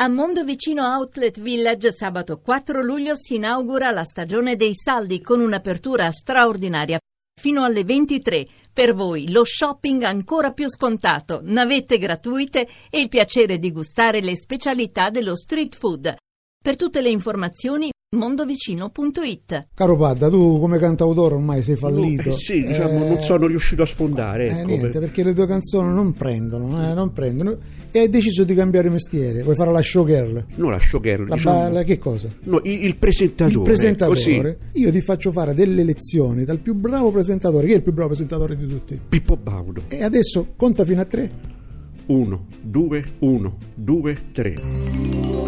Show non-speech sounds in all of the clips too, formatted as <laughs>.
A Mondovicino Outlet Village sabato 4 luglio si inaugura la stagione dei saldi con un'apertura straordinaria fino alle 23. Per voi lo shopping ancora più scontato, navette gratuite e il piacere di gustare le specialità dello street food. Per tutte le informazioni mondovicino.it Caro Padda, tu come cantautore ormai sei fallito. No, eh, sì, diciamo, Eh, non sono riuscito a sfondare. eh, ecco, niente, perché le tue canzoni non prendono, eh, non prendono. E hai deciso di cambiare mestiere, vuoi fare la showgirl. Non la showgirl, La, diciamo, ba- la- che cosa? no, il, il presentatore. Il presentatore. Così, Io ti faccio fare delle lezioni dal più bravo presentatore, che è il più bravo presentatore di tutti. Pippo Baudo. E adesso conta fino a tre. 1, 2, 1, 2, 3.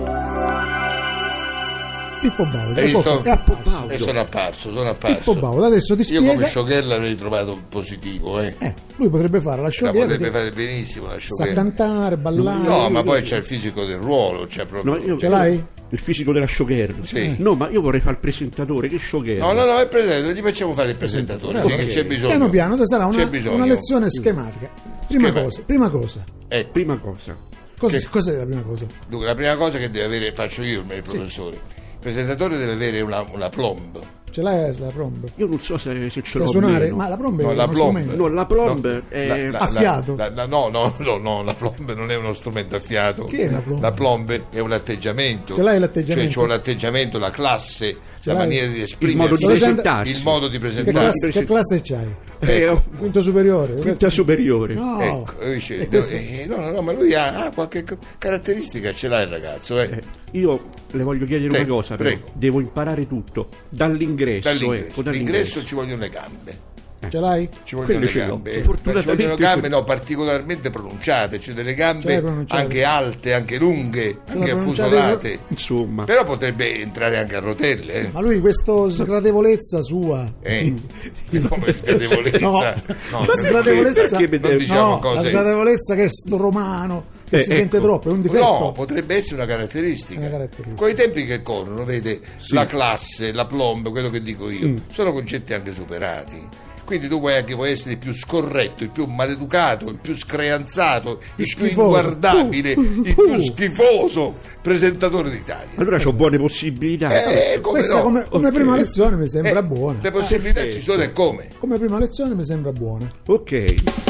Pippo Baudo. E io ecco sto- qua, è apparso. E Eh, sono apparso, sono Pippo apparso. Baudo, adesso ti Io come spiega. Sciogher l'avrei trovato positivo, eh. Eh, lui potrebbe fare la La showgirl, potrebbe che fare benissimo la sa Sciogher. cantare, ballare. No, ma poi c'è il fisico del ruolo, c'è proprio... No, io- Ce l'hai? Il fisico della showgirl. Sì. No, ma io vorrei fare il presentatore, che showgirl. No, no, no, è presente, gli facciamo fare il presentatore, sì, che c'è bisogno. Piano piano te sarà C'è una, bisogno. una lezione schematica. Prima Schema- cosa, prima cosa. Eh, Prima cosa. Cosa, cos'è la prima cosa? dunque, la prima cosa che deve avere, faccio io il professore, il presentatore deve avere una, una plomb. Ce l'hai eh, la promba? Io non so se, se ce l'ho Sai o suonare? meno. Ma la promba No, è la uno plomb. strumento. No, la plomb è... La- la- A la- fiato? la- la- no, no, <laughs> no, no, la plomb non è uno strumento a fiato. Che è la plomb? plomb è un atteggiamento. Ce l'hai l'atteggiamento? Cioè, c'è un atteggiamento, la classe, la l'hai? maniera di modo esprimersi, di presentarsi. il modo di Che presentarsi. classe, che classe c'hai? è Quinto superiore? Eh, quinta superiore. Ecco. No, Ecco, capisci? E questo- Eh, no, no, no, ma lui ha, ha qualche co- caratteristica, ce l'ha il ragazzo. eh. Eh, Io le voglio chiedere Prego, una cosa, però. prego. devo imparare tutto dall'ingresso. Dall'ingresso. ecco, dall'ingresso. L'ingresso ci vogliono le gambe. ce l'hai? Ci vogliono Quello le ce l'ho. gambe, eh. Fortunatamente ci vogliono ce l'ho. gambe no, particolarmente pronunciate, cioè delle gambe Cioè, pronunciate. anche alte, anche lunghe, anche pronunciate- affusolate. Insomma, Però potrebbe entrare anche a rotelle, eh. Ma lui, questa sgradevolezza sua. <laughs> Eh, come sgradevolezza. No, No, la sgradevolezza, Perché mi no, devi- diciamo la cose- sgradevolezza che è sto romano che Eh, si sente ecco. troppo, è un difetto. No, potrebbe essere una caratteristica. Una caratteristica. Con i tempi che corrono, vede, la classe, la plomb, quello che dico Mm. io, sono concetti anche superati. Quindi tu puoi anche puoi essere il più scorretto, il più maleducato, il più screanzato, il, più schifoso. inguardabile, il Uh, uh. più schifoso presentatore d'Italia. allora ho buone possibilità. Eh, come Questa no? come, come Ok. prima lezione mi Eh, sembra buona. Le possibilità ci sono e come? Come prima lezione mi sembra buona. Ok.